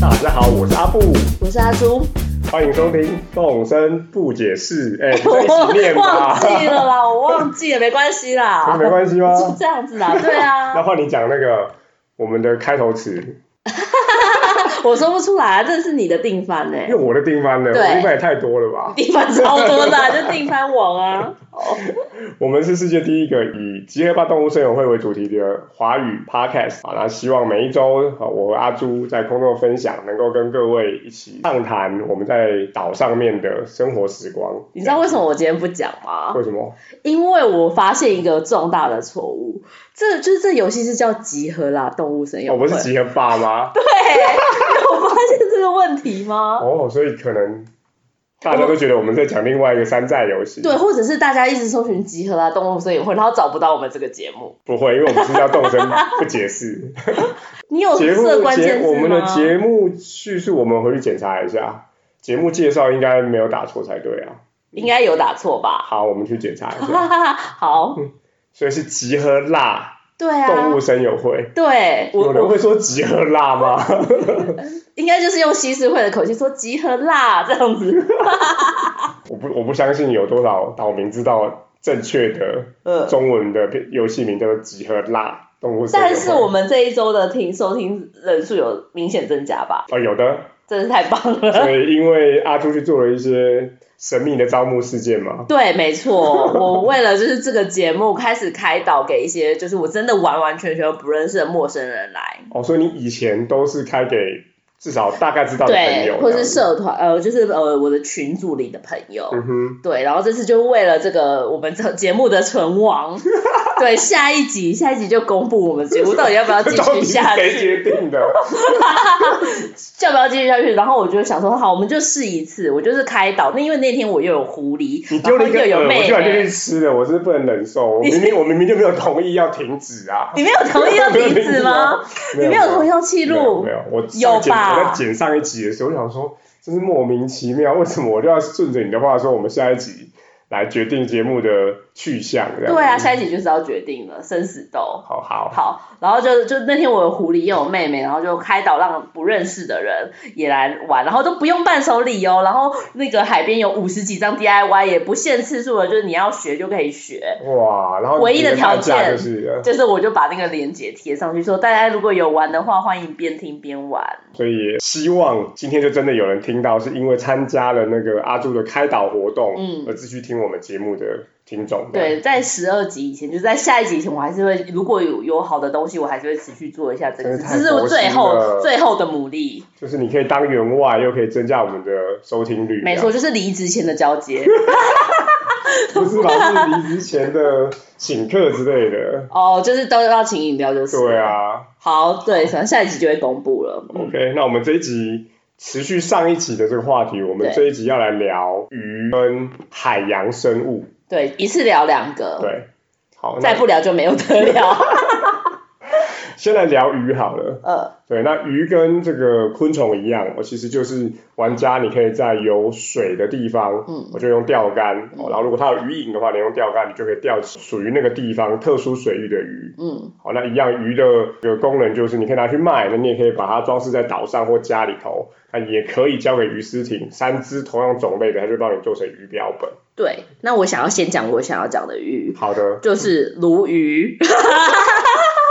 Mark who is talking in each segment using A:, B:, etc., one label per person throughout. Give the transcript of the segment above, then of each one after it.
A: 我是阿布，
B: 我是阿朱，
A: 欢迎收听《动声不解释》。哎，不是一
B: 我
A: 起念吧
B: 忘？记了啦，我忘记了，没关系 啦，
A: 没关系啊吗？
B: 就这样子啦，对
A: 那
B: 啊，
A: 换你讲那个我们的开头词，
B: 我说不出来啊，这是你的定番呢、
A: 因为我的定番呢，我
B: 对
A: 定番也太多了 吧？
B: 定番超多的啊、就定番网啊，哦，
A: 我们是世界第一个以集合吧动物森友会为主题的华语 podcast 啊，那希望每一周啊，我和阿朱在空中分享，能够跟各位一起畅谈我们在岛上面的生活时光。
B: 你知道为什么我今天不讲吗？
A: 为什么？
B: 因为我发现一个重大的错误，这就是这游戏是叫集合啦，动物森
A: 哦，
B: 友
A: 不
B: 会。
A: 是集合吧吗？
B: 有发现这个问题吗？
A: 哦，所以可能大家都觉得我们在讲另外一个山寨游戏。
B: 对，，或者是大家一直搜寻集合啦，动物森友会，然后找不到我们这个节目。
A: 不会，因为我们是叫动身不解 释。
B: 你有
A: 节目
B: 设关
A: 节
B: 键字吗？
A: 我们的节目叙述，我们回去检查一下。节目介绍应该没有打错才对啊。
B: 应该有打错吧？
A: 好，我们去检查一
B: 啊
A: 下。
B: 好，
A: 所以是集合辣
B: 对啊，
A: 嗯动物森友会。
B: 对我
A: 有人
B: 我
A: 会说集合辣吗？
B: 应该就是用西式会的口气说集合啦这 样子，
A: 我不我不相信有多少岛民知道正确的
B: 嗯，
A: 中文的游戏名叫做集合辣动物森友会。
B: 但是我们这一周的听收听人数有明显增加吧，
A: 哦有的，
B: 真是太棒 了。
A: 所以因为阿朱去做了一些神秘的招募事件嘛，
B: 对，没错，我为了就是这个节目开始开导给一些就是我真的完完全全不认识的陌生人来，
A: 哦，所以你以前都是开给至少大概知道的朋
B: 对
A: 友，，
B: 或
A: 这
B: 是
A: 样子，
B: 社团呃，就是呃我的群组里的朋友，
A: 嗯哼，
B: 对，然后这次就为了这个我们这节目的存亡， 对，下一集下一集就公布我们节目到底要不要继
A: 这 到
B: 续
A: 底是
B: 下
A: 谁
B: 去，
A: 决定的？
B: 要不要继续下去？然后我就想说，好，我们就试一次，我就是开导。那因为那天我又有狐狸
A: 你，丢
B: 然后
A: 了一个
B: 又有
A: 饵，我
B: 妹
A: 居然就去
B: 妹，
A: 吃了，我是不能忍受，我
B: 你
A: 明明 我明明就没有同意要停止啊，
B: 你没有同意要停止 吗？你没有同意要记
A: 没有
B: 录
A: 没？有，我
B: 有
A: 上剪
B: 吧
A: 我在剪上一集的时候，我想说，真是莫名其妙，为什么我就要顺着你的话说，我们下一集来决定节目的去向？这样
B: 对啊，
A: 子
B: 下一集就是要决定了，生死斗。
A: 好好，
B: 好，然后就就那天我有狐狸又有妹妹，然后就开导让不认识的人也来玩，然后都不用伴手礼哦，然后那个海边有五十几张 DIY，也不限次数了，就是你要学就可以学。
A: 哇，然后
B: 唯一的条件
A: 你的代价就是呃
B: 就是我就把那个链接贴上去，说大家如果有玩的话，欢迎边听边玩。
A: 所以希望今天就真的有人听到，是因为参加了那个阿朱的开导活动，
B: 嗯
A: 而继续听我们节目的听众。
B: 对，在十二集以前，就是在下一集以前，我还是会如果有有好的东西，我还是会持续做一下这个
A: 真
B: 事，
A: 是太
B: 这是我最
A: 佛心了
B: 后最后的努力。
A: 就是你可以当员外，又可以增加我们的收听率。
B: 没错，，就是离职前的交接。
A: 不是老是离职前的请客之类的。
B: 哦，就是都要请饮料就是。
A: 对。啊、
B: 好，对，反正下一集就会公布了。
A: o k 那我们这一集持续上一集的这个话题，我们
B: 对
A: 这一集要来聊鱼跟海洋生物。
B: 对，一次聊两个，
A: 对，好，
B: 再
A: 那
B: 不聊就没有得聊。
A: 先来聊鱼好了。
B: 呃，
A: 对，那鱼跟这个昆虫一样，我其实就是玩家，你可以在有水的地方，
B: 嗯
A: 我就用钓竿，
B: 嗯
A: 哦然后如果它有鱼影的话，你用钓竿，你就可以钓起属于那个地方特殊水域的鱼。
B: 嗯，
A: 好，那一样鱼的这个功能就是你可以拿去卖，那你也可以把它装饰在岛上或家里头，那也可以交给鱼师艇，三只同样种类的，它就帮你做成鱼标本。
B: 对，那我想要先讲我想要讲的鱼，
A: 好的，
B: 就是鲈鱼。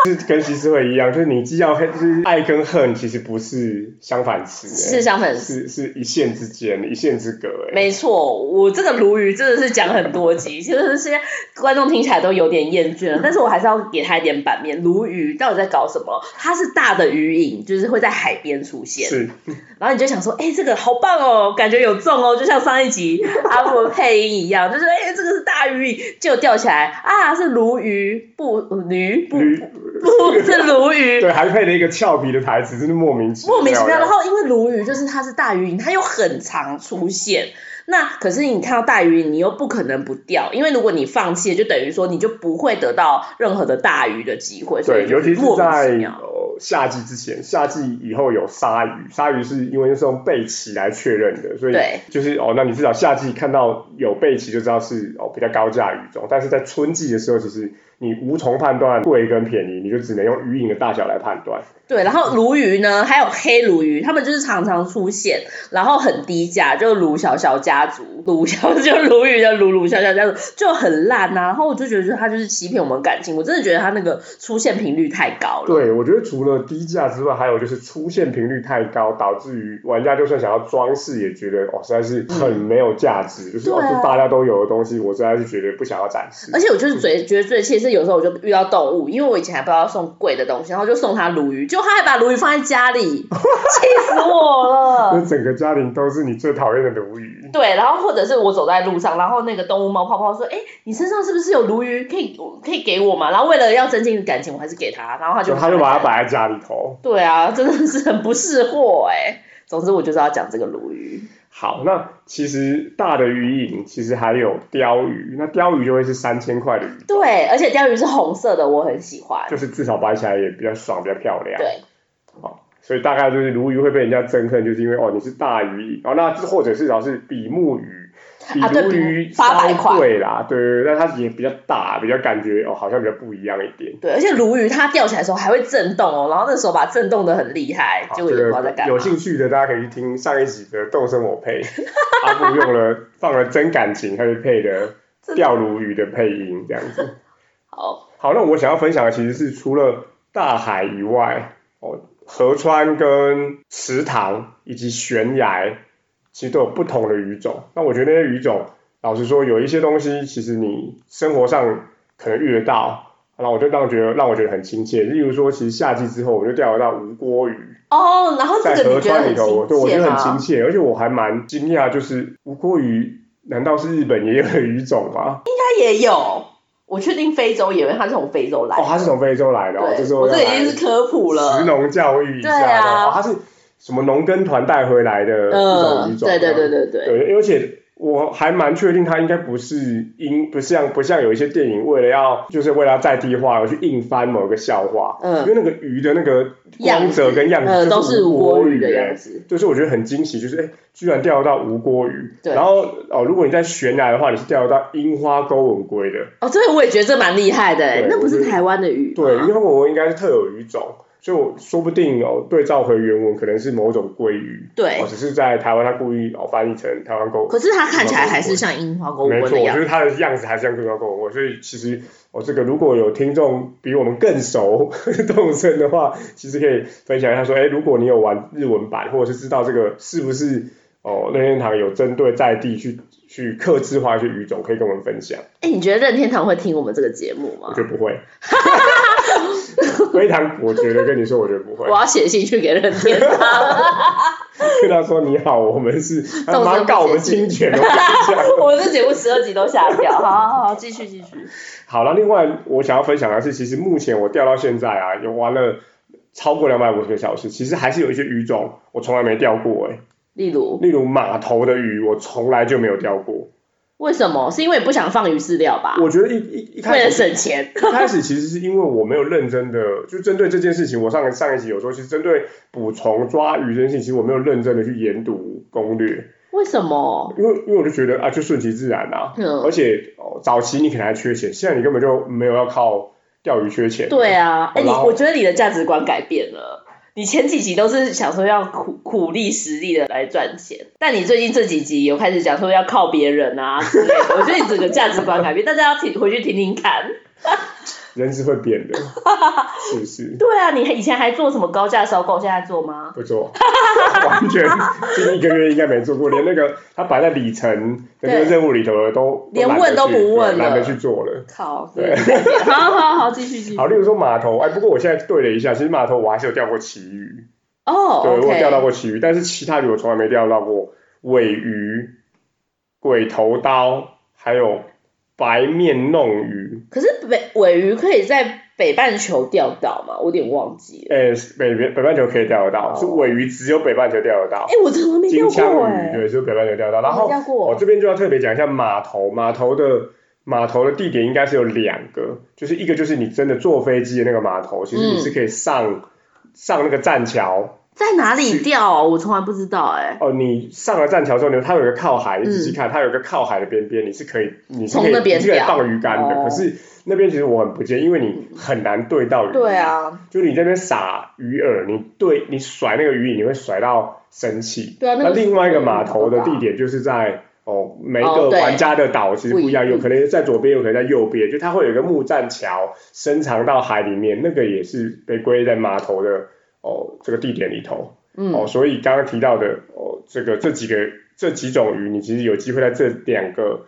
A: 就是跟西施会一样，就是你既要恨，就是爱跟恨其实不是相反词、欸，
B: 是相反词
A: 是是一线之间，一线之隔、欸，
B: 没错，我这个鲈鱼真的是讲很多集， 其实现在观众听起来都有点厌倦 了，但是我还是要给他一点版面。鲈鱼到底在搞什么？它是大的鱼影，就是会在海边出现。
A: 是
B: 然后你就想说，哎、这个好棒哦，感觉有中哦，就像上一集阿布的配音一样，就是哎、这个是大鱼，就钓起来啊，是鲈鱼，不驴不
A: 驴，
B: 不是鲈鱼，
A: 对，还配了一个俏皮的台词，真是莫名其妙，
B: 莫名其妙。然后因为鲈鱼就是它是大鱼影，它又很常出现。那可是你看到大鱼，你又不可能不钓，因为如果你放弃了，就等于说你就不会得到任何的大鱼的机会，所以
A: 对，尤其是
B: 莫名其
A: 在
B: 妙。
A: 呃夏季之前，夏季以后有鲨鱼，鲨鱼是因为是用背鳍来确认的，所以
B: 对
A: 就是哦，那你至少夏季看到有背鳍就知道是哦比较高价鱼种，但是在春季的时候，其实你无从判断贵跟便宜，你就只能用鱼影的大小来判断。
B: 对，然后鲈鱼呢，还有黑鲈鱼，他们就是常常出现，然后很低价，就鲈小小家族，鲈小就鲈鱼的鲈鲈小小家族就很烂啊呐、然后我就觉得就是他就是欺骗我们感情，我真的觉得他那个出现频率太高了。
A: 对，我觉得除了低价之外，还有就是出现频率太高，导致于玩家就算想要装饰，也觉得哦，实在是很没有价值，就是、哦，
B: 嗯对啊
A: 这大家都有的东西，我实在是觉得不想要展示
B: 而。且我就是最觉得最气的是，有时候我就遇到动物，因为我以前还不知道送贵的东西，然后就送他鲈鱼，结果他还把鲈鱼放在家里，气死我
A: 那
B: 了。
A: 整个家庭都是你最讨厌的鲈鱼。
B: 对，然后或者是我走在路上，然后那个动物猫泡泡说：“哎，你身上是不是有鲈鱼？可以可以给我吗？”然后为了要增进感情，我还是给他，然后他就
A: 就他就把它摆在家里头。
B: 对啊，真的是很不识货哎、总之我就是要讲这个鲈鱼，
A: 好，那其实大的鱼影其实还有鲷鱼，那鲷鱼就会是三千块的鱼，
B: 对，而且鲷鱼是红色的，我很喜欢
A: 就。是至少摆起来也比较爽，比较漂亮。
B: 对，
A: 所以大概就是鲈鱼会被人家憎恨，就是因为哦你是大鱼影，哦那或者至少是比目鱼。比
B: 啊对
A: 鲈鱼
B: 比800
A: 稍贵啦，对对对，但它也比较大，比较感觉哦，好像比较不一样一点。
B: 对，而且鲈鱼它钓起来的时候还会震动哦，然后那时候把震动的很厉害，
A: 好
B: 结果也不知道在
A: 哦这
B: 干
A: 个
B: 嘛。
A: 有兴趣的大家可以去听上一集的《动身我配》，阿布用了放了真感情，他就配了
B: 真的
A: 钓鲈鱼的配音这样子。
B: 好，
A: 好，那我想要分享的其实是除了大海以外，哦，河川跟池塘以及悬崖，其实都有不同的鱼种。那我觉得那些鱼种，老实说，有一些东西其实你生活上可能遇得到，然后我就让觉得让我觉得很亲切。例如说，其实夏季之后，我就钓得到无锅鱼，
B: 哦，然后
A: 在
B: 这个
A: 河
B: 你觉得
A: 川里
B: 很
A: 头，我对
B: 亲
A: 我
B: 切啊
A: 觉得
B: 吗？
A: 很亲切，而且我还蛮惊讶，就是无锅鱼难道是日本也有的鱼种吗？
B: 它也有，我确定非洲也有，因为它是从非洲来的。
A: 哦，他是从非洲来的、哦，这
B: 对，
A: 是
B: 我
A: 要
B: 这
A: 来
B: 已经是科普了。
A: 食农教育一下的，
B: 对啊
A: 哦，他是什么农耕团带回来的一种
B: 嗯，
A: 鱼种，
B: 对对对
A: 对
B: 对对，
A: 对，而且。我还蛮确定，他应该不是因不像不像有一些电影为了要就是为了要在地化而去硬翻某个笑话，
B: 嗯
A: 因为那个鱼的那个
B: 样
A: 光泽跟样子
B: 呃，都
A: 就是无
B: 无国
A: 锅
B: 语的
A: 欸
B: 样子。
A: 就是我觉得很惊喜，就是哎，居然钓到无锅鱼。
B: 对
A: 然后哦，如果你在悬崖的话，你是钓到樱花钩吻龟的。
B: 哦，这个我也觉得这蛮厉害的欸
A: 对，
B: 那
A: 我
B: 不
A: 觉
B: 是
A: 得
B: 台湾的鱼
A: 对，
B: 吗
A: 因为我应该是特有鱼种，所以我说不定哦，对照回原文可能是某种鲑鱼。
B: 对
A: 哦，只是在台湾它故意哦翻译成台湾狗。
B: 可是它看起来还是像樱花钩
A: 没
B: 吻
A: 错，
B: 的
A: 我
B: 样
A: 觉
B: 子。
A: 得它的样子还是像台湾狗我所以其实我、哦这个如果有听众比我们更熟 动身的话，其实可以分享一下说，哎，如果你有玩日文版，或者是知道这个是不是哦任天堂有针对在地去去克制化一些鱼种，可以跟我们分享。
B: 哎，你觉得任天堂会听我们这个节目
A: 我
B: 吗？
A: 觉得不 会，非常我觉得跟你说，我觉得不会
B: 我。要写信去给任 天堂，
A: 跟他说你好，我们 是他
B: 众
A: 妈
B: 生
A: 告我
B: 不
A: 们
B: 解
A: 侵权，我跟你讲。
B: 我们这节目十二集都下掉。好好好，继续继续。
A: 好了，另外我想要分享的是，其实目前我钓到现在啊，有玩了超过两百五十个小时，其实还是有一些鱼种我从来没钓过哎、
B: 例如，
A: 例如码头的鱼，我从来就没有钓过。
B: 为什么？是因为你不想放鱼饲料吧？
A: 我觉得一一一
B: 为
A: 开
B: 了
A: 始
B: 省钱。
A: 一开始其实是因为我没有认真的，就针对这件事情，我上上一集有说，其实针对捕虫抓鱼这件事情，其实我没有认真的去研读攻略，
B: 为什么？
A: 因为因为我就觉得啊，就顺其自然啊。而
B: 嗯，
A: 且、哦、早期你可能还缺钱，现在你根本就没有要靠钓鱼缺钱。
B: 对啊。哎，你
A: 然后
B: 我觉得你的价值观改变了。你前几集都是想说要苦苦力实力的来赚钱，但你最近这几集有开始讲说要靠别人啊之类的。我觉得你整个价值观改变，大家要听回去听听看。
A: 人是会变 的，是不是？
B: 对啊，你以前还做什么高价收购，现在做吗？
A: 不做， 完全这一个月应该没做过，连那个他摆在里程的那个
B: 对
A: 任务里头的都
B: 连问都
A: 都懒得去
B: 不问
A: 对
B: 了
A: 懒得去做了。
B: 靠，真的是改变好好好，继续继续。
A: 好，例如说码头，哎，不过我现在对了一下，其实码头我还是有钓过旗鱼，
B: 哦
A: 对我有钓到
B: ，OK，
A: 过旗鱼，但是其他鱼我从来没钓到过尾鱼、鬼头刀，还有白面弄鱼，
B: 可是北尾鱼可以在北半球钓到吗？我有点忘记了。
A: 诶，北边北半球可以钓得到，
B: 哦
A: 是尾鱼只有北半球钓得到
B: 哎，，我从来没
A: 金
B: 钓
A: 枪
B: 过
A: 鱼
B: 哎，
A: 对，只有北半球钓得到。然后
B: 没钓过哦
A: 我这边就要特别讲一下码头，码头的码头的地点应该是有两个，就是
B: 嗯
A: 一个就是你真的坐飞机的那个码头，其实你是可以上上那个栈桥，
B: 在哪里钓、啊我从来不知道哎、
A: 哦，你上了栈桥之后，呢，它有一个靠海，你
B: 嗯
A: 仔细看，它有一个靠海的边边，你是可以，你是可
B: 从
A: 以，
B: 那边
A: 你是可以
B: 钓
A: 放鱼竿的。
B: 哦
A: 可是那边其实我很不建议，因为你很难对到鱼。
B: 对，啊，
A: 就你这边撒鱼饵，你对你甩那个鱼饵，你会甩到生气。
B: 对啊那
A: 那
B: 个
A: 另外一个码头的地点就是在哦，每一
B: 哦
A: 个
B: 对
A: 玩家的岛其实不一样，
B: 不一
A: 有可能在左边，有可能在右边，就它会有一个木栈桥伸长到海里面，那个也是被归类在码头的哦这个地点里头。
B: 嗯，
A: 哦，所以刚刚提到的哦，这个这几个这几种鱼，你其实有机会在这两个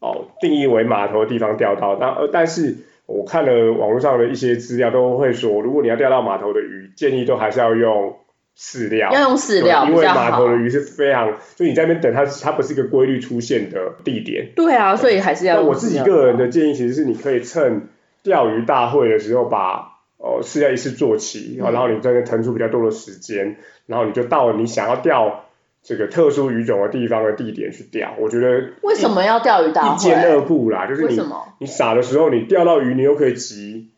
A: 哦定义为码头的地方钓到。那呃，但是我看了网络上的一些资料，都会说，如果你要钓到码头的鱼，建议都还是要用饲料。
B: 要用饲料
A: 对
B: 比
A: 因为
B: 较
A: 码
B: 好
A: 头。的鱼是非常，就你在那边等它，它不是一个规律出现的地点。
B: 对啊，所以还是要
A: 那
B: 用
A: 我自己
B: 饲料
A: 个人的建议，其实是你可以趁钓鱼大会的时候把。哦，饲料一次做齐，
B: 嗯
A: 然后然后你在那腾出比较多的时间，然后你就到你想要钓这个特殊鱼种的地方的地点去钓。我觉得
B: 为什么要钓鱼大
A: 一箭
B: 会？
A: 二步啦，就是
B: 为
A: 你
B: 什么？
A: 你撒的时候，你钓到鱼，你又可以集，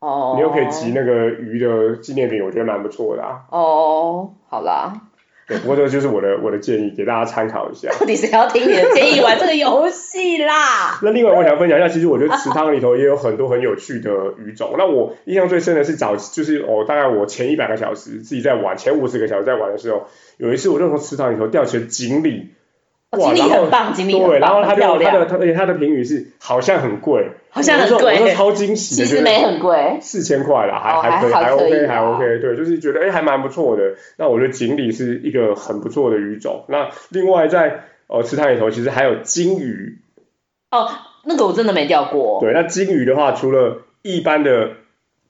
B: 哦，
A: 你又可以集那个鱼的纪念品，我觉得蛮不错的啊。
B: 哦，好啦，
A: 对，不过这个就是我的我的建议，给大家参考一下。
B: 到底谁要听你的建议玩这个游戏啦？
A: 那另外我想分享一下，其实我觉得池塘里头也有很多很有趣的鱼种。那我印象最深的是早，就是哦，大概我前一百个小时自己在玩，前五十个小时在玩的时候，有一次我就从池塘里头钓起了锦鲤，
B: 哦
A: 哇，然
B: 锦鲤
A: 后
B: 很棒，锦鲤
A: 对，
B: 很
A: 然后
B: 棒，
A: 它
B: 很
A: 就它
B: 漂
A: 的
B: 亮，
A: 它而且它的评语是好像很贵，
B: 好像很
A: 我说我说
B: 贵，
A: 超惊喜
B: 其
A: 的，
B: 实
A: 觉
B: 没
A: 得
B: 很贵。
A: 四千块啦，还、
B: 哦
A: 还可以，
B: 还
A: 还
B: 还可以哦
A: OK，
B: 啦
A: 还 OK，对，就是觉得哎、还蛮不错的。那我觉得锦鲤是一个很不错的鱼种。那另外在呃池塘里头，其实还有金鱼。
B: 哦，那个我真的没钓过。
A: 对，那金鱼的话，除了一般的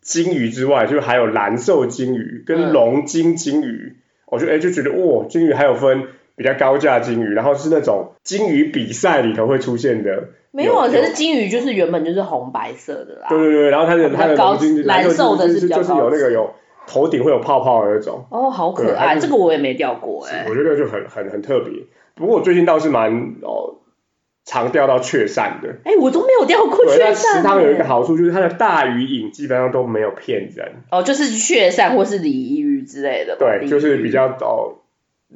A: 金鱼之外，就是还有蓝瘦金鱼跟
B: 嗯
A: 龙金金鱼。我就哎就觉得，哇，金鱼还有分比较高价金鱼，然后是那种金鱼比赛里头会出现的。
B: 没有，啊，
A: 有
B: 可是金鱼就是原本就是红白色的啦。啊
A: 对对对，然后它的
B: 比较
A: 它的
B: 高
A: 龙金
B: 蓝瘦的
A: 就是是
B: 比较
A: 就是
B: 高
A: 有那
B: 级
A: 个有头顶会有泡泡的那种。
B: 哦，好可
A: 对它
B: 爱，
A: 就
B: 这个我也没钓过哎。
A: 我觉得就很很很特别。不过我最近倒是蛮哦常钓到雀鳝的。
B: 哎，我都没有钓过
A: 对，
B: 雀
A: 那池塘有一
B: 鳝
A: 个
B: 耶。
A: 好处就是它的大鱼影基本上都没有骗人。
B: 哦，就是雀鳝或是鲤鱼之类的吧。
A: 对，
B: 鲤
A: 就是比
B: 鱼
A: 较哦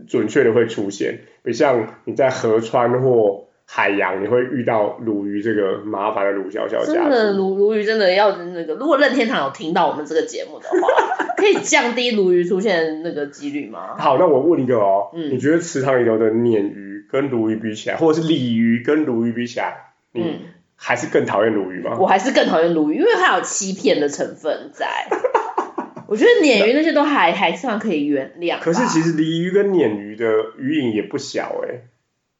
A: 准确的会出现，不像你在河川或海洋，你会遇到鲈鱼这个麻烦的鲈小小家
B: 真的
A: 族。
B: 鲈鲈鱼真的要那个，如果任天堂有听到我们这个节目的话，可以降低鲈鱼出现那个几率吗？
A: 好，那我问一个哦，
B: 嗯
A: 你觉得池塘里头的鲶鱼跟鲈鱼比起来，或者是鲤鱼跟鲈鱼比起来， 你
B: 嗯，
A: 还是更讨厌鲈鱼吗？
B: 我还是更讨厌鲈鱼，因为它有欺骗的成分在。我觉得鲶鱼那些都还还算可以原谅吧。
A: 可是其实鲤鱼跟鲶鱼的鱼影也不小哎、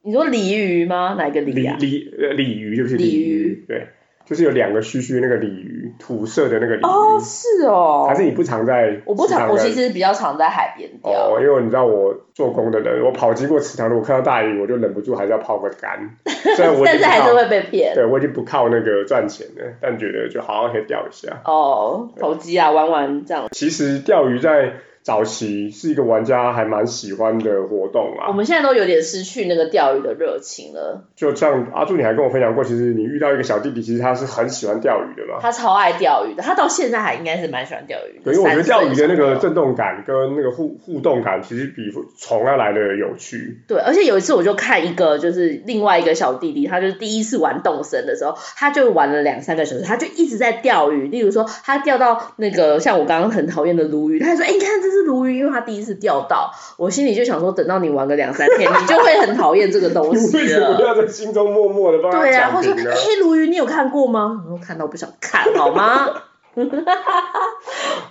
B: 你说鲤鱼吗？哪一个
A: 鲤
B: 鲤啊？
A: 鲤呃鲤鱼对不起，
B: 鲤
A: 鲤
B: 鱼
A: 鱼对，就是有两个须须那个鲤鱼，土色的那个鲤鱼，嗯
B: 哦，是哦。
A: 还是你不常在
B: 我不
A: 池
B: 常，
A: 塘
B: 我
A: 的
B: 其实比较常在海边钓。
A: 哦，因为你知道我做工的人，我跑经过池塘，如果看到大鱼，我就忍不住还是要泡个竿。虽然我已
B: 但
A: 经
B: 是
A: 不
B: 还是
A: 靠，
B: 会被骗。
A: 对我已经不靠那个赚钱了，但觉得就好像可以钓一下。
B: 哦，投机啊，玩玩这样。
A: 其实钓鱼在早期是一个玩家还蛮喜欢的活动
B: 我
A: 啊。
B: 们现在都有点失去那个钓鱼的热情了。
A: 就像阿柱，你还跟我分享过，其实你遇到一个小弟弟，其实他是很喜欢钓鱼的嘛。
B: 他超爱钓鱼的，他到现在还应该是蛮喜欢钓鱼的。
A: 啊对，因为我觉得钓鱼的那个
B: 30岁小朋友
A: 震动感跟那个互互动感，其实比虫要来的有趣。
B: 对，而且有一次我就看一个，就是另外一个小弟弟，他就是第一次玩动身的时候，他就玩了两三个小时，他就一直在钓鱼。例如说，他钓到那个像我刚刚很讨厌的鲈鱼，他就说：“哎、你看这是鲈鱼，因为他第一次钓到。”我心里就想说，等到你玩个两三天，你就会很讨厌这个东
A: 你 为
B: 西
A: 什么
B: 了。
A: 要在心中默默的帮他
B: 对啊，
A: 讲
B: 或者
A: 评
B: 说：“
A: 呢
B: 哎、？鲈鱼，你有看过吗？”我说：“看到不想看，好吗？”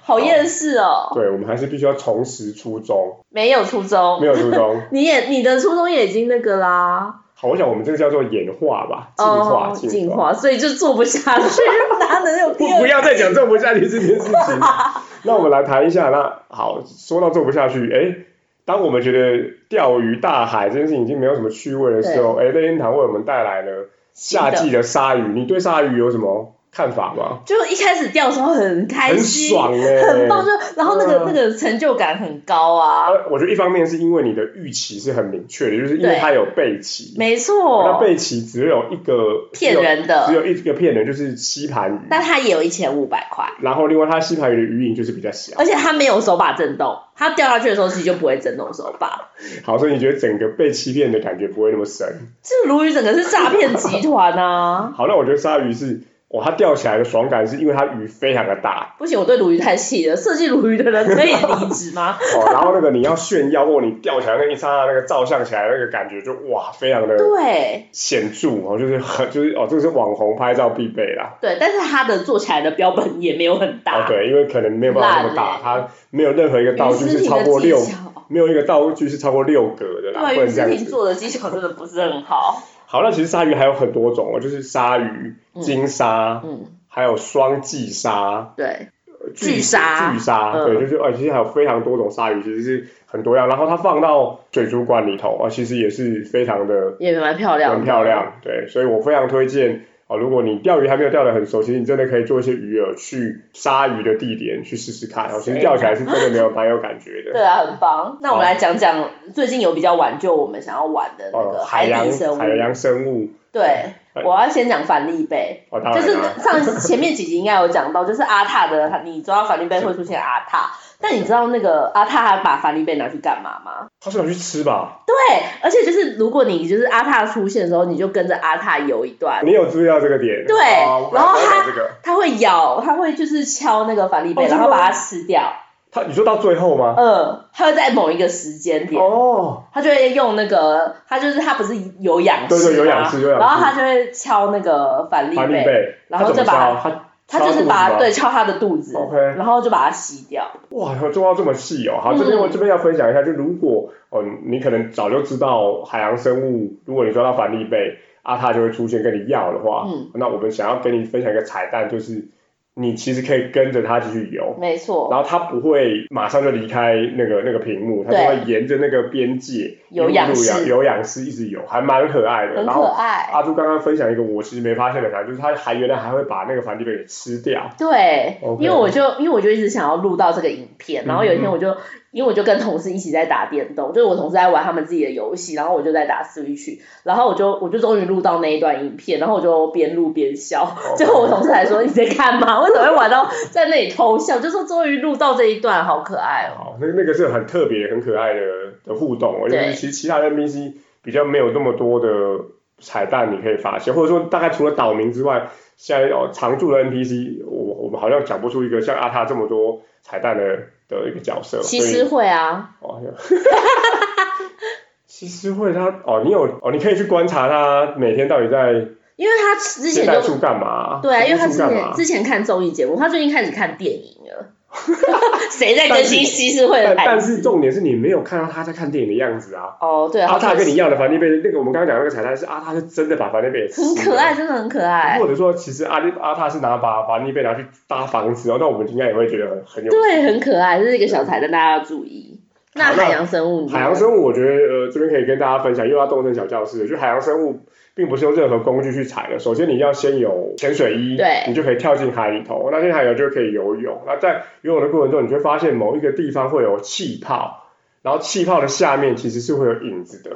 B: 好厌世哦，
A: 对，我们还是必须要重拾初衷，
B: 没有初衷
A: 没。有初 衷。
B: 你也你的初衷也已经那个啦，
A: 好，我想我们这个叫做演化吧，进化，
B: 哦，
A: 进
B: 进。化，所以就做不 下去，哪能有第
A: 不
B: 二？
A: 不要再讲做不下去这件事 情。那我们来谈一下，那好，说到做不下去，哎，当我们觉得钓鱼大海这件事情已经没有什么趣味的时候，哎，任天堂为我们带来了夏季的鲨鱼。你对鲨鱼有什么看法吗？
B: 就一开始掉的时候很开
A: 很
B: 心，
A: 爽哎、
B: 很棒，就然后那个、
A: 嗯
B: 那个成就感很高啊，
A: 呃我觉得一方面是因为你的预期是很明确的，就是因为
B: 对
A: 它有备棋，
B: 没
A: 那
B: 错，
A: 备棋只有一个
B: 哦骗人
A: 只
B: 的，
A: 有一个骗人，就是吸盘鱼。
B: 但他也有一千五百块，
A: 然后另外它吸盘鱼的鱼影就是比较小。
B: 而且他没有手把震动，他掉下去的时候其实就不会震动手把，
A: 好，所以你觉得整个被欺骗的感觉不会那么深。
B: 这鲈鱼整个是诈骗集团啊！
A: 好，那我觉得鲨鱼是，哇，它钓起来的爽感是因为它鱼非常的大，
B: 不行，我对鲈鱼太气了，设计鲈鱼的人可以离职 吗？
A: 哦， 然后那个你要炫耀或你钓起来那一刹那那个照相起来那个感觉就哇，非常的
B: 对
A: 显著哦，就是很就是哦，这个是网红拍照必备啦。
B: 对，但是他的做起来的标本也没有很
A: 哦，
B: 大，
A: 对，因为可能没有办法那么大，
B: 啊烂欸
A: 它没有任何一个道
B: 鱼
A: 具
B: 尸
A: 是
B: 体
A: 超
B: 的
A: 过六
B: 技，巧，
A: 没有一个道具是超过六格的啦，
B: 对，
A: 不
B: 鱼
A: 能这
B: 尸
A: 样
B: 体
A: 子。
B: 做的技巧真的不是很 好，
A: 好，那其实鲨鱼还有很多种哦，就是鲨鱼、
B: 嗯
A: 金鲨，
B: 嗯，
A: 还有双髻鲨。
B: 对，
A: 巨
B: 巨鲨
A: 巨鲨，
B: 嗯
A: 对，就是呃，其实还有非常多种鲨鱼，其实是很多样。然后它放到水族馆里头啊、呃其实也是非常的
B: 也蛮漂亮，
A: 很漂。亮，对，所以我非常推荐啊、哦如果你钓鱼还没有钓得很熟，其实你真的可以做一些鱼饵去鲨鱼的地点去试试看，哦，其实钓起来是真的没有蛮有感觉的。
B: 对啊，很棒。那我们
A: 好
B: 来讲讲最近有比较挽救我们想要玩的那
A: 哦
B: 个，
A: 海洋
B: 底生物。
A: 海洋生物
B: 对，
A: 哎
B: 我要先讲反利贝，
A: 哦，当
B: 就
A: 然
B: 是
A: 啦，
B: 上前面几集应该有讲到，就是阿塔的，你抓到反利贝会出现阿塔，但你知道那个阿塔还把反利贝拿去干嘛吗？
A: 它是拿去吃吧？
B: 对，而且就是如果你就是阿塔出现的时候，你就跟着阿塔游一段，
A: 你有注意到这个点？
B: 对
A: 哦
B: 然后
A: 我
B: 它
A: 看到这个，
B: 它会咬，它会就是敲那个反利贝，
A: 哦真的
B: 然
A: 吗
B: 后把它吃掉。
A: 它你说到最后吗？
B: 嗯，它会在某一个时间点，
A: 哦，
B: 他就会用那个，他就是他不是有氧
A: 对
B: 吗
A: 对有氧式有氧式
B: 然后他就会敲那个反力
A: 反力
B: 贝，
A: 贝，
B: 然后
A: 它怎
B: 再
A: 么
B: 把
A: 烧它
B: 他就
A: 敲肚
B: 是
A: 子吗
B: 把对敲他的肚子
A: OK
B: 然后就把它吸掉。
A: 哇，有做到这么细哦！好，这边
B: 嗯
A: 我这边要分享一下，就如果哦，你可能早就知道海洋生物，如果你抓到反力贝，啊，它就会出现跟你要的话，
B: 嗯，
A: 那我们想要跟你分享一个彩蛋，就是你其实可以跟着它继续游，
B: 没错，
A: 然后它不会马上就离开那个那个屏幕，它就
B: 对
A: 会沿着那个边界
B: 有
A: 一
B: 氧
A: 路游
B: 式
A: 有氧式一直游，还蛮可爱的。
B: 很
A: 然
B: 可
A: 后
B: 爱。
A: 阿朱刚刚分享一个我其实没发现的，就是它还原来还会把那个反力贝给吃掉。
B: 对
A: OK
B: 因为我就因为我就一直想要录到这个影片，然后有一天
A: 嗯
B: 我就、因为我就跟同事一起在打电动，就是我同事在玩他们自己的游戏，然后我就在打 Switch，然后我就我就终于录到那一段影片，然后我就边录边笑，
A: 哦
B: 最后我同事还说你在干 嘛？为什么会玩到在那里偷笑？就说终于录到这一段，好可爱哦。
A: 好，那那个是很特别、很可爱的的互动哦，就
B: 对
A: 是其实其他的 NPC 比较没有那么多的彩蛋你可以发现，或者说大概除了岛民之外，现在哦常驻的 NPC，我我们好像讲不出一个像阿塔这么多彩蛋的的一个角色，
B: 其
A: 所以
B: 实会啊，
A: 哦，西施会他哦，你有哦，你可以去观察他每天到底在
B: 因为他之
A: 接
B: 前
A: 待
B: 就
A: 处干嘛，
B: 对啊，因为他
A: 接
B: 之
A: 待处干
B: 前
A: 嘛
B: 之前看综艺节目，他最近开始看电影 了。谁在更新
A: 但是
B: 西施会的
A: 但
B: 台
A: 但
B: 词
A: 是重点是你没有看到他在看电影的样子啊。
B: 哦，对，
A: 阿
B: 好
A: 塔
B: 可
A: 跟
B: 惜
A: 你一样的，凡利贝那个我们刚刚讲那个彩蛋是阿塔是真的把凡利贝给吃了
B: 很可爱，，真的很可爱。
A: 或者说其实阿利阿塔是拿把凡利贝拿去搭房子哦，那我们应该也会觉得很很有。
B: 对，很可爱，这是一个小彩蛋，大家要注意。那
A: 好那
B: 海洋生物，你觉得
A: 海洋生物，我觉得呃这边可以跟大家分享，又要动身小教室了，就海洋生物并不是用任何工具去采的，首先你要先有潜水衣，
B: 对
A: 你就可以跳进海里头，那进海里头就可以游泳，那在游泳的过程中，你就会发现某一个地方会有气泡，然后气泡的下面其实是会有影子的，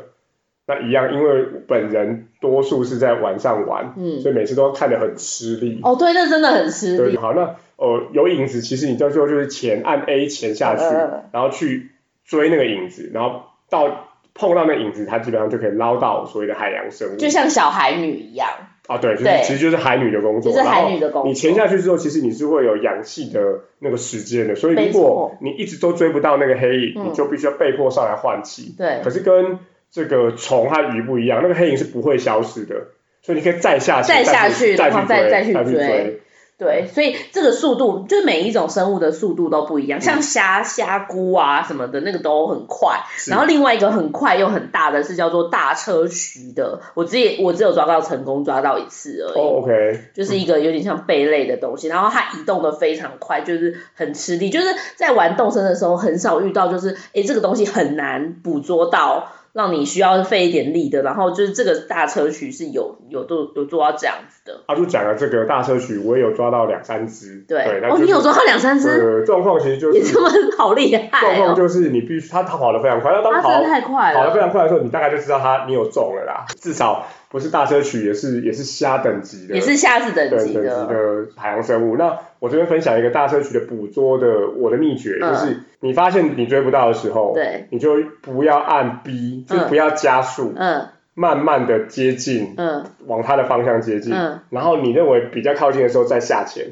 A: 那一样，因为本人多数是在晚上玩。
B: 嗯，
A: 所以每次都看得很吃力。
B: 哦，对，那真的很吃
A: 对，
B: 力。
A: 好，那呃有影子，其实你到最后就是潜按 A 潜下去，
B: 嗯嗯嗯
A: 然后去追那个影子，然后到碰到那个影子，它基本上就可以捞到所谓的海洋生物。
B: 就像小海女一样，
A: 啊，对，就是
B: 对
A: 其实就是海女的工作。
B: 就是
A: 然
B: 海
A: 后
B: 女的工作。
A: 你潜下去之后，其实你是会有氧气的那个时间的，所以
B: 没
A: 如
B: 错
A: 果你一直都追不到那个黑影，
B: 嗯
A: 你就必须要被迫上来换气。
B: 对
A: 可是跟这个虫和鱼不一样，那个黑影是不会消失的，所以你可以再下去，
B: 再下去
A: 去，再
B: 然后
A: 追，
B: 再
A: 再
B: 再去
A: 追。
B: 追对，所以这个速度，就是每一种生物的速度都不一样，
A: 嗯
B: 像虾、虾菇啊什么的，那个都很快。
A: 是
B: 然后另外一个很快又很大的是叫做大车渠的，我自己我只有抓到成功抓到一次而已。
A: 哦，OK，
B: 就是一个有点像贝类的东西，然后它移动的非常快，就是很吃力。就是在玩动身的时候，很少遇到就是诶这个东西很难捕捉到，让你需要费一点力的，然后就是这个大车曲是有有做有做到这样子的，
A: 阿朱讲的这个大社区，我也有抓到两三只。
B: 对，
A: 对，那
B: 哦，
A: 就是
B: 你有抓到两三只，
A: 呃，状况其实就
B: 你
A: 是
B: 这么好厉
A: 状
B: 害
A: 况
B: 哦，
A: 就是你必须他他跑得非常快，那
B: 他
A: 当
B: 真
A: 跑
B: 的太快
A: 跑得非
B: 了，
A: 常快的时候，你大概就知道他你有中了啦，至少不是大车曲，也是也是虾等级的，
B: 也是下次等
A: 对
B: 级
A: 等级
B: 的，
A: 的海洋生物。那我这边分享一个大车曲的捕捉的我的秘诀，
B: 嗯
A: 就是你发现你追不到的时候，
B: 对，
A: 你就不要按 B，就是不要加速，
B: 嗯
A: 慢慢的接近，
B: 嗯
A: 往它的方向接近，
B: 嗯，
A: 然后你认为比较靠近的时候再下潜。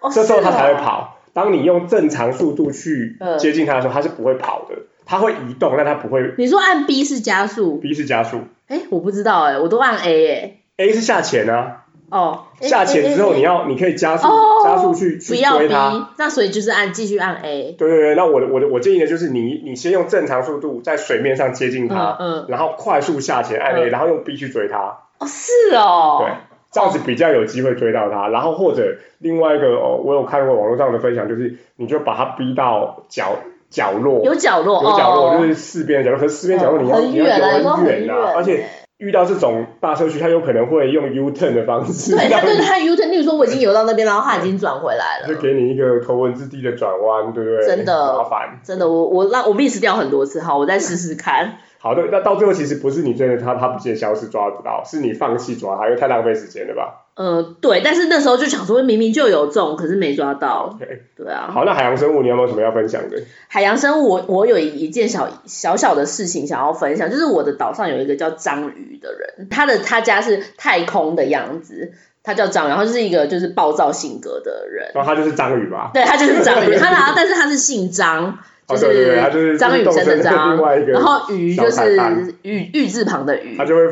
B: 哦，
A: 这时候
B: 是
A: 它
B: 哦
A: 才会跑。当你用正常速度去
B: 嗯
A: 接近它的时候，它是不会跑的，它会移动，但它不会。
B: 你说按 B 是加速，
A: B 是加速
B: 哎、我不知道哎、我都按 A 哎、
A: ，A 是下潜啊，
B: 哦，诶
A: 下潜之后
B: 诶诶
A: 你要，你可以加速
B: 哦，
A: 加速去
B: 不
A: 去
B: 要
A: 追它。
B: B，那所以就是按继续按 A，
A: 对对对，那我的我的我建议的就是你你先用正常速度在水面上接近
B: 嗯
A: 它，
B: 嗯，
A: 然后快速下潜按 A，、
B: 嗯
A: 然后用 B 去追它，
B: 哦是哦，
A: 对，这样子比较有机会追到它。然后或者另外一个哦，我有看过网络上的分享，就是你就把它逼到角角落，
B: 有角落，
A: 有角落，
B: 哦、
A: 就是四边的角落，可是四边角落
B: 嗯
A: 你要、
B: 很
A: 你要
B: 远啊，有时
A: 游
B: 候
A: 很
B: 很
A: 远啊，而且遇到这种大车区，它有可能会用 U turn 的方式，
B: 对，
A: 让
B: 他
A: 你
B: 对他 U turn，例如说我已经游到那边，然后他已经转回来
A: 就
B: 了。
A: 给你一个头文字 D 的转弯，对不对？
B: 真的
A: 麻烦。
B: 真的，我我让我 miss 掉很多次，好，我再试试看。
A: 好的，那到最后其实不是你追着它，它不见消失抓不到，是你放弃抓它，因为太浪费时间了吧？
B: 呃，对，但是那时候就想说，明明就有中，可是没抓到。
A: OK
B: 对啊，
A: 好，那海洋生物你有没有什么要分享的？
B: 海洋生物我，我有一件小小小的事情想要分享，就是我的岛上有一个叫章鱼的人，他的他家是太空的样子，他叫章鱼，然后是一个就是暴躁性格的 人，
A: 然后它就是章鱼吧？
B: 对他就是章鱼，他他但是他是姓张，
A: 哦，
B: 就
A: 对对对，它
B: 是
A: 就是
B: 张雨
A: 动
B: 生
A: 身
B: 的张
A: 另外一个，
B: 然后鱼就
A: 小海岸
B: 是玉玉字旁的鱼
A: 他，就会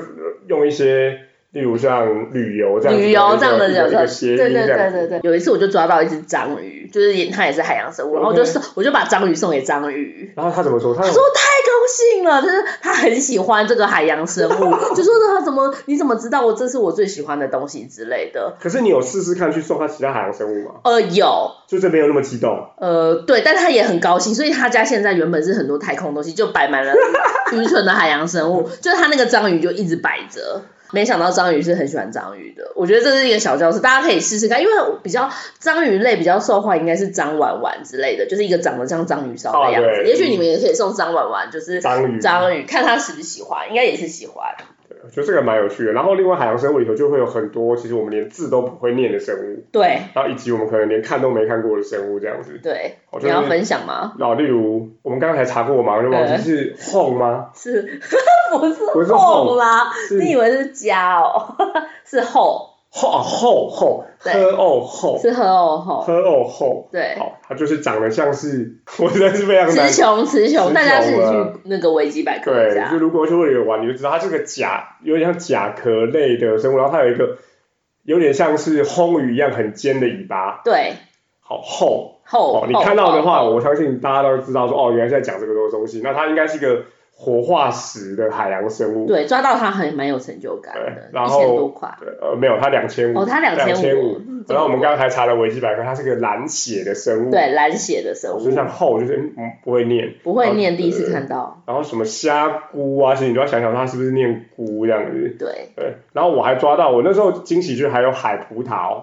A: 用一些，例如像旅游这样子
B: 旅游哦这样的
A: 一个
B: 角
A: 一个
B: 色，
A: 谐音
B: 对对
A: 这
B: 对
A: 样子
B: 对对。有一次我就抓到一只章鱼，就是也它也是海洋生物，然后我就送我就把章鱼送给章鱼。
A: 然后他怎么说？他
B: 他
A: 有
B: 说太高兴了，就是他很喜欢这个海洋生物， 就说他怎么你怎么知道我这是我最喜欢的东西之类的。
A: 可是你有试试看去送他其他海洋生物吗？
B: 呃，有，
A: 就这没有那么激动。
B: 呃，对，但他也很高兴，所以他家现在原本是很多太空东西，就摆满了 愚蠢的海洋生物，就是他那个章鱼就一直摆着。没想到章鱼是很喜欢章鱼的，我觉得这是一个小教室，大家可以试试看，因为我比较章鱼类比较受欢迎，应该是章丸丸之类的，就是一个长得像章鱼烧的样子。
A: 哦对
B: 也许你们也可以送章丸丸，就是
A: 章鱼，
B: 章鱼，看他喜不喜欢，应该也是喜欢。
A: 我觉得这个蛮有趣的。然后另外海洋生物里头就会有很多其实我们连字都不会念的生物，
B: 对
A: 然后以及我们可能连看都没看过的生物这样子。
B: 对，
A: 哦就是
B: 你要分享吗？
A: 然后例如我们刚才查过，我马上就忘记
B: 呃
A: 是 home 吗？
B: 是， 不是
A: 不是
B: 后
A: 后
B: 啦？
A: 是
B: 你以为是家哦？ 是后。
A: 后后后
B: 对
A: 喝哦后
B: 是很哦吼，
A: 喝哦后，
B: 对，
A: 好，它就是长得像是， 我真的是非常难
B: 词穷词穷，
A: 词
B: 大家自己
A: 穷啊
B: 去那个维基百科一
A: 对，就
B: 下。
A: 如果去会有玩，你就知道它是个甲，有点像甲壳类的生物，然后它有一个有点像是红鱼一样很尖的尾巴，
B: 对，
A: 好厚
B: 后
A: 哦。你看到的话，
B: 后
A: 我相信大家都知道说，哦，原来是在讲这个东西。那它应该是一个活化石的海洋生物，
B: 对抓到它很蛮有成就感的，
A: 对然
B: 一
A: 后
B: 千多块。
A: 对，呃，没有，它两千
B: 哦，
A: 五。
B: 它两
A: 2500
B: 五，
A: 然后我们刚才查了维基百科，它是个蓝血的生物，，
B: 对蓝血的生
A: 就
B: 物
A: 像厚，就是嗯嗯不会念。
B: 不会念，
A: 哦
B: 第一次
A: 对
B: 看到。
A: 然后什么虾菇啊，其实你都要想想它是不是念菇这样子。
B: 对，
A: 对，然后我还抓到，我那时候惊喜就是还有海葡萄，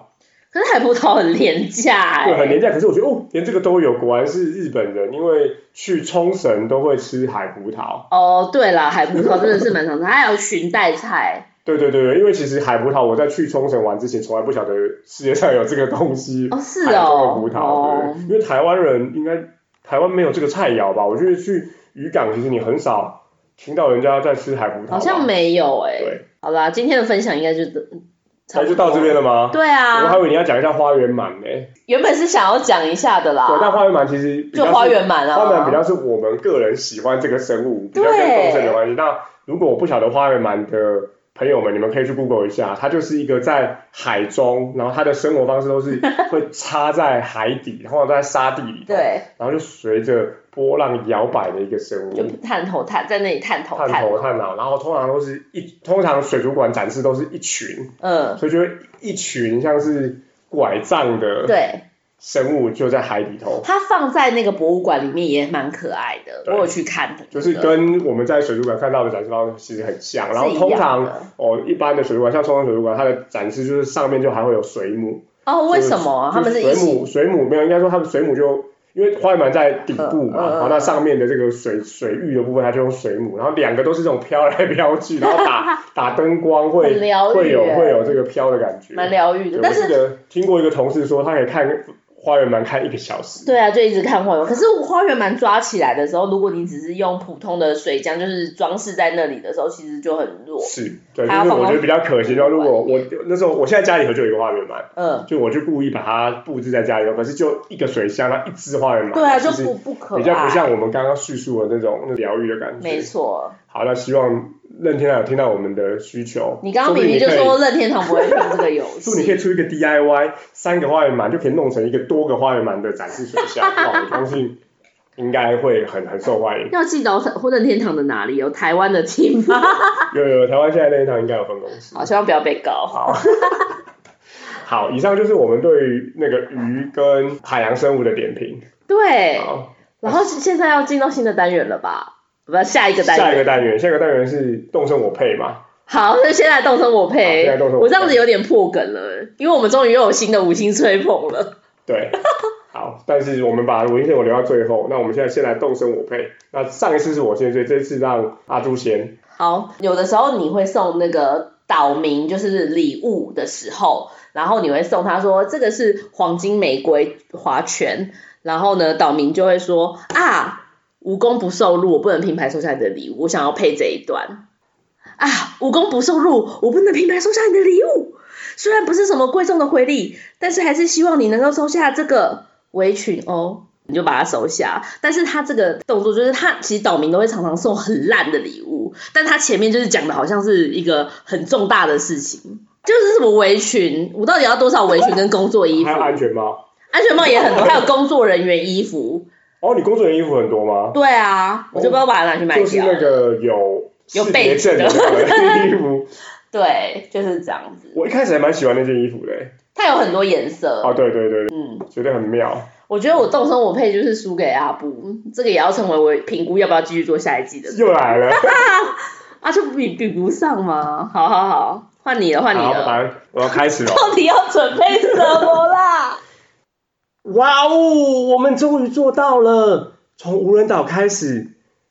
B: 可是海葡萄很廉价
A: 对，很
B: 哎。
A: 廉价，可是我觉得哦，连这个都有，果然是日本人，因为去冲绳都会吃海葡萄。
B: 哦，对啦，海葡萄真的是蛮常吃，还有裙带菜。
A: 对对对对，因为其实海葡萄我在去冲绳玩之前，从来不晓得世界上有这个东西，
B: 哦，是
A: 海中的
B: 哦
A: 葡，萄，
B: 哦
A: 对，，因为台湾人应该台湾没有这个菜肴吧？我觉得去渔港其实你很少听到人家在吃海葡萄吧，
B: 好像没有哎。
A: 啊对，
B: 好啦，今天的分享应该就
A: 那哎就到这边。了吗？
B: 对
A: 我
B: 啊
A: 还以，为你要讲一下花园满呢，对，
B: 原本是想要讲一下的啦，
A: 但花园满其实比较
B: 就是花园满啊，
A: 花满比较是我们个人喜欢这个生物，比较跟
B: 对
A: 动森有关系。那如果我不晓得花园鳗的朋友们，你们可以去 Google 一下，它就是一个在海中，然后它的生活方式都是会插在海底，然后在沙地里，，
B: 对，
A: 然后就随着波浪摇摆的一个生
B: 就
A: 物。
B: 探头探在那里探头
A: 探头探脑，然后通常都是一，通常水族馆展示都是一群，
B: 嗯，
A: 所以就会一群像是拐杖的，
B: 对，
A: 生物就在海里头，
B: 它放在那个博物馆里面也蛮可爱的，我
A: 对
B: 有去看的，
A: 就是
B: 对
A: 跟我们在水族馆看到的展示方式其实很像。然后
B: 是一
A: 通
B: 样
A: 常
B: 的
A: 哦，一般的水族馆，像冲绳水族馆，它的展示就是上面就还会有水母。
B: 哦，为什么啊他们
A: 就是水
B: 一起？
A: 母，水母没有，应该说它们水母就因为花园板在底部嘛，
B: 嗯嗯嗯
A: 然后那上面的这个水水域的部分，它就用水母，然后两个都是这种飘来飘 去，然后打打灯光会
B: 很疗愈
A: 会有
B: 耶
A: 会有这个飘的感觉。
B: 蛮疗愈
A: 对，
B: 的但
A: 我
B: 是
A: 记得听过一个同事说，他可以看花园板看一个小时。
B: 对啊，就一直看花园。可是花园蛮抓起来的时候，如果你只是用普通的水浆，就是装饰在那里的时候，其实就很弱。
A: 是，对，就
B: 还要
A: 是
B: 放
A: 我觉
B: 到
A: 得比较可惜。然后如果
B: 水
A: 我那时候，我现在家里头就有一个花园板，
B: 嗯，
A: 就我就故意把它布置在家里头，可是就一个水箱，然后一只花园板，
B: 对啊，
A: 其
B: 就
A: 实
B: 不不可爱。
A: 比较不像我们刚刚叙述的那种那疗愈的感觉。
B: 没错，
A: 好，那希望任天堂有听到我们的需求。
B: 你刚
A: 说
B: 刚
A: 不
B: 明
A: 定
B: 明
A: 你
B: 就
A: 可以
B: 说任天堂不会用这个游
A: 说不定你可
B: 戏，
A: 以出一个 DIY，三个花园满就可以弄成一个多个花园满的展示水 箱，哇我相信应该会很很受欢迎。
B: 要记得或任天堂的哪里有台湾的厅吗？
A: 有有，台湾现在任天堂应该有分公司。
B: 好，希望不要被告。
A: 好，好，以上就是我们对于那个鱼跟海洋生物的点评。
B: 对，
A: 好，
B: 然后现在要进到新的单元了吧？不，下一个单元。
A: 下一个单元，下一个单元是动身我配嘛？
B: 好，那现在动身我
A: 好现
B: 配
A: 在动身，我配
B: 我这样子有点破梗了，因为我们终于又有新的五星吹捧了。
A: 对。好，但是我们把文献我留到最后。那我们现在先来动身我配。那上一次是我先，所以这次让阿朱先。
B: 好，有的时候你会送那个岛民就是礼物的时候，然后你会送他说这个是黄金玫瑰划拳，然后呢岛民就会说啊无功不受禄，我不能平白收下你的礼物，我想要配这一段啊无功不受禄，我不能平白收下你的礼物，虽然不是什么贵重的回礼，但是还是希望你能够收下这个围裙哦。你就把它收下，但是他这个动作就是他其实岛民都会常常送很烂的礼物，但他前面就是讲的好像是一个很重大的事情，就是什么围裙，我到底要多少围裙跟工作衣服
A: 还？有安全帽。
B: 安全帽也很多，还有工作人员衣服。
A: 哦，你工作人员衣服很多吗？
B: 对啊，我就不知道把它拿去卖
A: 哦就是
B: 掉。
A: 那个有
B: 有
A: 识
B: 背
A: 别证
B: 景的
A: 的那个衣 服。
B: 对，就是这样子。
A: 我一开始还蛮喜欢那件衣服的、欸。
B: 它有很多颜色。
A: 哦，对对对，
B: 嗯，
A: 觉得很妙。
B: 我觉得我动身我配就是输给阿布，这个也要成为我评估要不要继续做下一 季的。
A: 又来了。
B: 啊，就比比不上嘛。好好好，换你了， 换你
A: 好，
B: 了。
A: 来，我要开始了。
B: 到底要准备什 么啦？
A: 哇哦，我们终于做到了！从无人岛开始，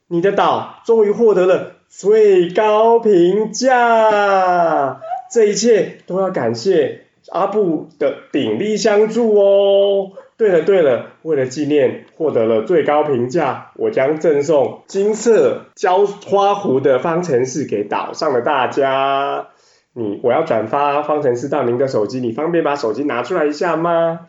A: 你的岛终于获得了最高评价。这一切都要感谢阿布的鼎力相助哦。对了对了，为了纪念获得了最高评价，我将赠送金色浇花壶的方程式给岛上的大家。你，我要转发方程式到您的手机，你方便把手机拿出来一下吗？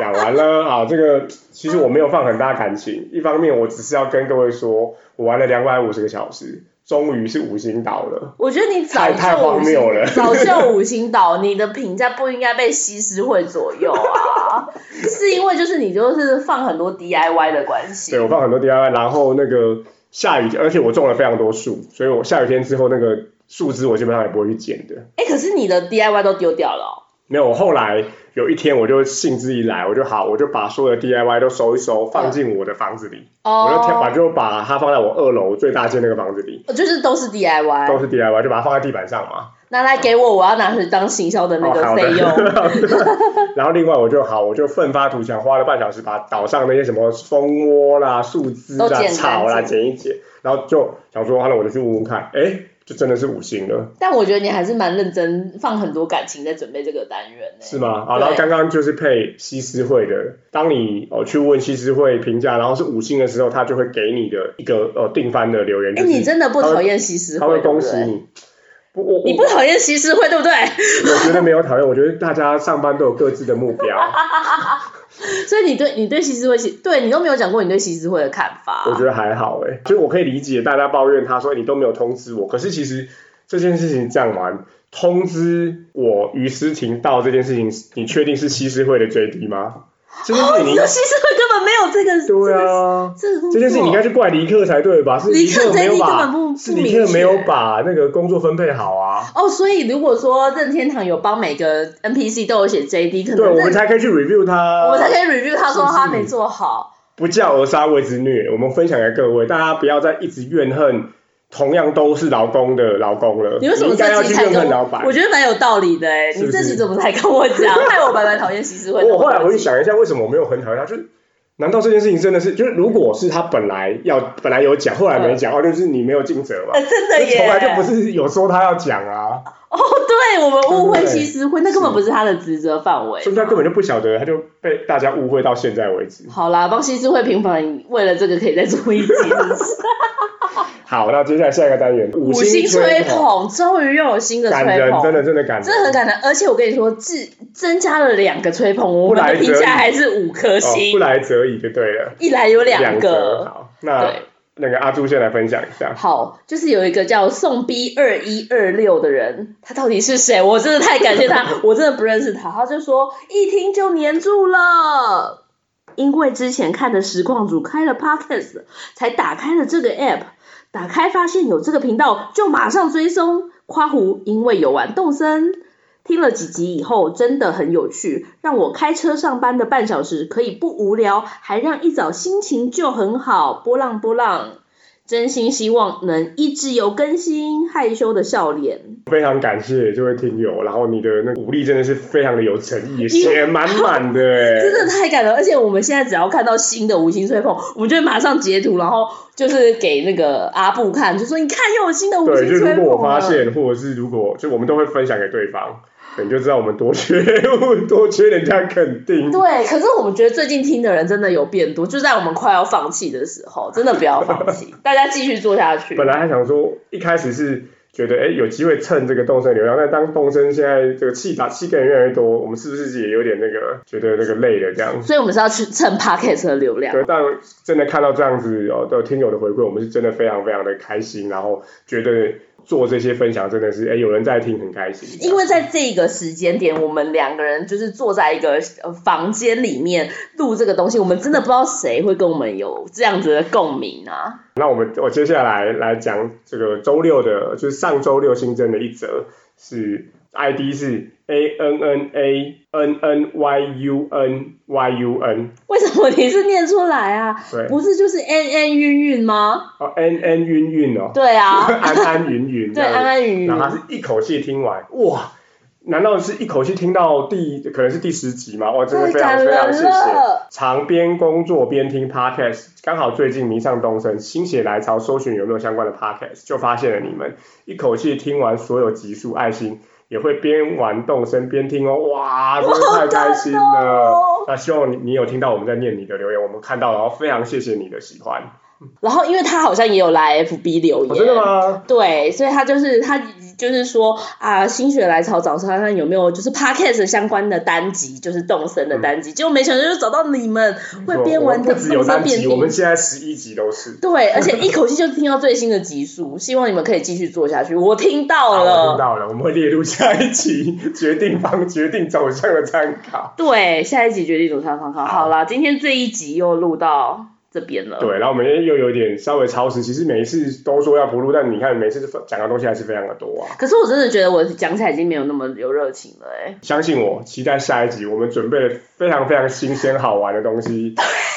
A: 讲完了啊，这个其实我没有放很大感情，一方面我只是要跟各位说，我玩了两百五十个小时，终于是五星岛了。
B: 我觉得你早
A: 太
B: 就
A: 太荒谬了
B: 早就五星岛，你的评价不应该被西施会左 右啊，是因为就是你就是放很多 DIY 的关系
A: 对，。我放很多 DIY，然后那个下雨，而且我种了非常多树，所以我下雨天之后那个树枝我基本上也不会去剪的。
B: 哎、可是你的 DIY 都丢掉了、哦
A: 没有，我后来有一天我就兴致一来，我就好，我就把所有的 DIY 都收一收，放进我的房子里，
B: 哦，
A: 我就挑把
B: 哦
A: 就把它放在我二楼最大间那个房子里，
B: 就是都是
A: 都
B: DIY，
A: 是 DIY，就把它放在地板上嘛。
B: 拿来给我，我要拿去当行销的那个
A: 哦好的
B: 费用。
A: 然后另外我就好，我就奋发图强，花了半小时把岛上那些什么蜂窝啦、树枝
B: 都剪
A: 啦、
B: 干净
A: 草啦剪一剪，然后就想说，好了，我就去问问看，哎，就真的是五星了，
B: 但我觉得你还是蛮认真，放很多感情在准备这个单元呢、
A: 是吗？啊，
B: 对
A: 然后刚刚就是配西施会的，当你哦去问西施会评价，然后是五星的时候，他就会给你的一个呃定番的留言，就
B: 哎、
A: 是
B: 你真的不讨厌西施
A: 他
B: 会
A: 会
B: 对不
A: 恭喜
B: 对？
A: 你。不，我我
B: 你不讨厌西施会对不 对？
A: 我觉得没有讨厌，我觉得大家上班都有各自的目标，
B: 所以你对你对西施会其，对你都没有讲过你对西施会的看法。
A: 我觉得还好哎、欸，就是我可以理解大家抱怨他说你都没有通知我，可是其实这件事情这样玩，通知我于诗婷到这件事情，你确定是西施会的最低吗？这件事情你应
B: 游
A: 该
B: 戏社会根本没有哦这个，
A: 对啊，
B: 这个工作
A: 这件事情应该是怪尼克才对吧？是
B: 尼克
A: 克没有
B: 这一根本
A: 把
B: 不
A: 是
B: 不
A: 尼
B: 明
A: 克
B: 确
A: 没有把那个工作分配好啊。
B: 哦，所以如果说任天堂有帮每个 NPC 都有写 JD，可能
A: 对，我们
B: 任
A: 才可以去 review 它，
B: 我才可以 review 他说
A: 呃是不是
B: 他没做好。
A: 不教而杀谓之虐。我们分享给各位，大家不要再一直怨恨同样都是劳工的劳工了。
B: 你为什么
A: 呃应该
B: 这
A: 要
B: 集
A: 去
B: 才
A: 怨
B: 跟
A: 恨老
B: 我？
A: 板
B: 我？觉得蛮有道理的哎，
A: 是
B: 你
A: 不是
B: 这集怎么才跟我 讲？害我蛮蛮讨厌习事会。
A: 我后来回去，想一下，为什么我没有很讨厌他？就是难道这件事情真的是，就是如果是他本来要本来有讲，后来没讲，哦，就是你没有尽责嘛
B: 呃，。嗯真的耶，
A: 从来就不是有说他要讲啊，
B: 哦，对我们误会
A: 对不对
B: 西施会，那根本不是他的职责范围
A: 所。以他根本就不晓得，他就被大家误会到现在为止。
B: 好啦，帮西施会平反，为了这个可以再做一集。是不是
A: 好，那接下来下一个单元， 五
B: 五星吹
A: 吹，
B: 捧，终于又有新的
A: 感
B: 吹
A: 人，
B: 捧，
A: 真的真的感人，哦
B: 真的很感人。而且我跟你说，自增加了两个吹捧，我
A: 不
B: 们
A: 来
B: 的评
A: 则已
B: 价还是五颗
A: 哦，
B: 星
A: 不，来则已就对了。
B: 一来有两
A: 则
B: 个。
A: 好，那
B: 对
A: 那个阿朱先来分享一下。
B: 好，就是有一个叫宋 B 二一二六的人，他到底是谁？我真的太感谢他，我真的不认识他。他就说一听就黏住了，因为之前看的实况组开了 podcast，才打开了这个 app，打开发现有这个频道，就马上追踪。夸胡因为有玩动森，听了几集以后真的很有趣，让我开车上班的半小时可以不无聊，还让一早心情就很好。波浪波浪。真心希望能一直有更新，害羞的笑脸。
A: 非常感谢这位听友，然后你的那个鼓励真的是非常的有诚意，
B: 因为
A: 写满满的 哎，
B: 真的太感人，而且我们现在只要看到新的五星吹捧，我们就会马上截图，然后就是给那个阿布看，就说你看又有新的五
A: 对，
B: 星
A: 就
B: 吹
A: 如
B: 捧啊
A: 果我发
B: 了。
A: 现，或者是啊如果就我们都会分享给对方，对你就知道我们多缺 多缺人家肯定。
B: 对，可是我们觉得最近听的人真的有变多，就在我们快要放弃的时候，真的不要放 弃，大家继续做下去。
A: 本来还想说，一开始是觉得哎有机会蹭这个动身流量，但当动身现在这个气打气个人越来越多，我们是不是也有点那个觉得那个累了这样？
B: 所以我们是要去蹭 podcast 的流量。
A: 对，但真的看到这样子哦的听友的回馈，我们是真的非常非常的开心，然后觉得做这些分享真的是哎有人在听很开心。
B: 因为在这个时间点，我们两个人就是坐在一个呃房间里面录这个东西，我们真的不知道谁会跟我们有这样子的共鸣啊！
A: 那我们我接下来来讲这个周六的，就是上周六新增的一则是 ID 是 A N N A N N Y U N Y U N
B: 为什么你是念出 来啊？
A: 对
B: 不是就是安安韵韵吗？
A: 哦 N N 晕晕哦，
B: 对啊，
A: 安安云云这
B: 对，
A: 样子
B: 安安韵韵
A: 然。后他是一口气听完，哇！难道是一口气听到第可能是第十集吗？哇，真的
B: 太
A: 非常
B: 感
A: 非常
B: 人
A: 谢
B: 了
A: 谢。常边工作边听 podcast，刚好最近迷上东升，心血来潮搜寻有没有相关的 podcast，就发现了你们，一口气听完所有集数，爱心也会边玩动身边听哦，哇，真的太开心
B: 好感动
A: 了
B: 哦。
A: 那希望你你有听到我们在念你的留言，我们看到，然后非常谢谢你的喜欢。
B: 然后因为他好像也有来 FB 留言，
A: 哦、真的？吗？
B: 对，所以他就是他就是说啊，心血来潮找他看有没有就是 podcast 相关的单集，就是动森的单集，结果没想到就找到你们会边
A: 嗯我
B: 玩
A: 们不
B: 动
A: 只有
B: 森
A: 单
B: 边
A: 集，我
B: 听
A: 们。现在十一集都是。
B: 对，而且一口气就听到最新的集数，希望你们可以继续做下去。我听到
A: 好我听
B: 了，
A: 到了，我们会列入下一期决定方决定走向的参考。
B: 对，下一集决定怎么上方考。好啦，今天这一集又录到这边了。
A: 对，然后我们又有点稍微超时，其实每一次都说要不录，但你看每次讲的东西还是非常的多啊。
B: 可是我真的觉得我讲起来已经没有那么有热情了、欸，
A: 相信我，期待下一集，我们准备了非常非常新鲜好玩的东 西，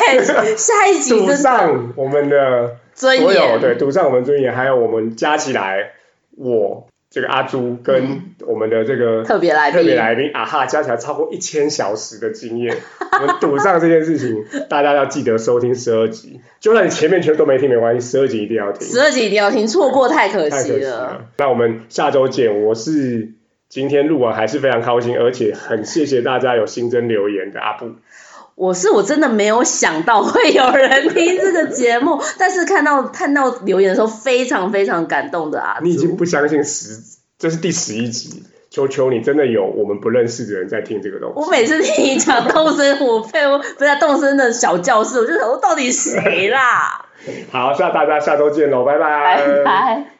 B: 哎，下一集
A: 赌
B: 真的
A: 上我们的
B: 尊
A: 所有，
B: 严，
A: 对，赌上我们尊严，还有我们加起来，我这个阿朱跟我们的这个
B: 嗯特别来宾，
A: 特别来宾啊哈，加起来超过一千小时的经 验，我们赌上这件事情，大家要记得收听十二集，就算你前面全都没听没关系，十二集一定要听，
B: 十二集一定要听，错过太可
A: 太可
B: 惜
A: 惜
B: 了。
A: 了。那我们下周见，我是今天录完还是非常高兴，而且很谢谢大家有新增留言的阿布，
B: 我是我真的没有想到会有人听这个节目，但是看到 看到留言的时候，非常非常感动的啊！
A: 你已经不相信十，这是第十一集。求求你，真的有我们不认识的人在听这个东西。
B: 我每次听你讲动身，我佩服 不是啊动身的小教室，我就想说到底谁啦？
A: 好，下大家下周见喽，拜
B: 拜拜。